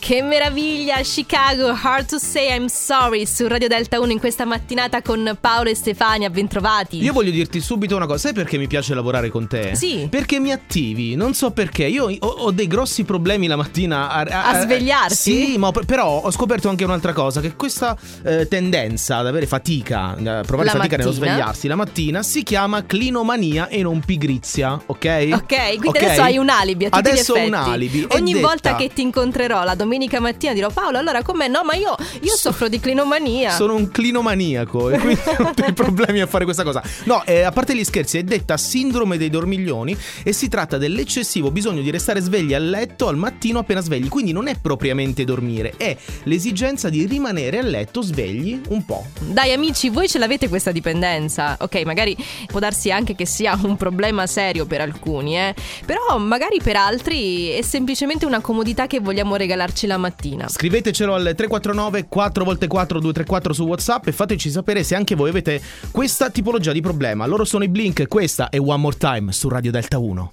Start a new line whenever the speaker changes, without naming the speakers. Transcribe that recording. Che meraviglia, Chicago, Hard to Say I'm Sorry su Radio Delta 1 in questa mattinata con Paolo e Stefania, bentrovati.
Io voglio dirti subito una cosa, sai perché mi piace lavorare con te?
Sì.
Perché mi attivi, non so perché, io ho, ho dei grossi problemi la mattina a,
A svegliarti?
Sì, ma per- però ho scoperto anche un'altra cosa, che questa eh, tendenza ad avere fatica, a provare
La
fatica nello
mattina?
svegliarsi la mattina, si chiama clinomania e non pigrizia, ok?
Ok, quindi adesso hai un alibi a tutti gli
Adesso ho un
effetti.
alibi, è
Ogni volta
detta.
che ti incontrerò la domenica mattina dirò Paolo, allora com'è? No, ma io, io soffro di clinomania.
Sono un clinomaniaco e quindi ho dei problemi a fare questa cosa. No, eh, a parte gli scherzi, è detta sindrome dei dormiglioni e si tratta dell'eccessivo bisogno di restare svegli a letto al mattino appena svegli. Quindi non è propriamente dormire, è l'esigenza di rimanere a letto svegli un po'.
Dai amici, voi ce l'avete questa dipendenza? Ok, magari può darsi anche che sia un problema serio per alcuni, eh. Però magari per altri è semplicemente una comodità che vogliamo regalarci la mattina.
Scrivetecelo al 349 4x4 234 su WhatsApp e fateci sapere se anche voi avete questa tipologia di problema. Loro sono i Blink, questa è One More Time su Radio Delta 1.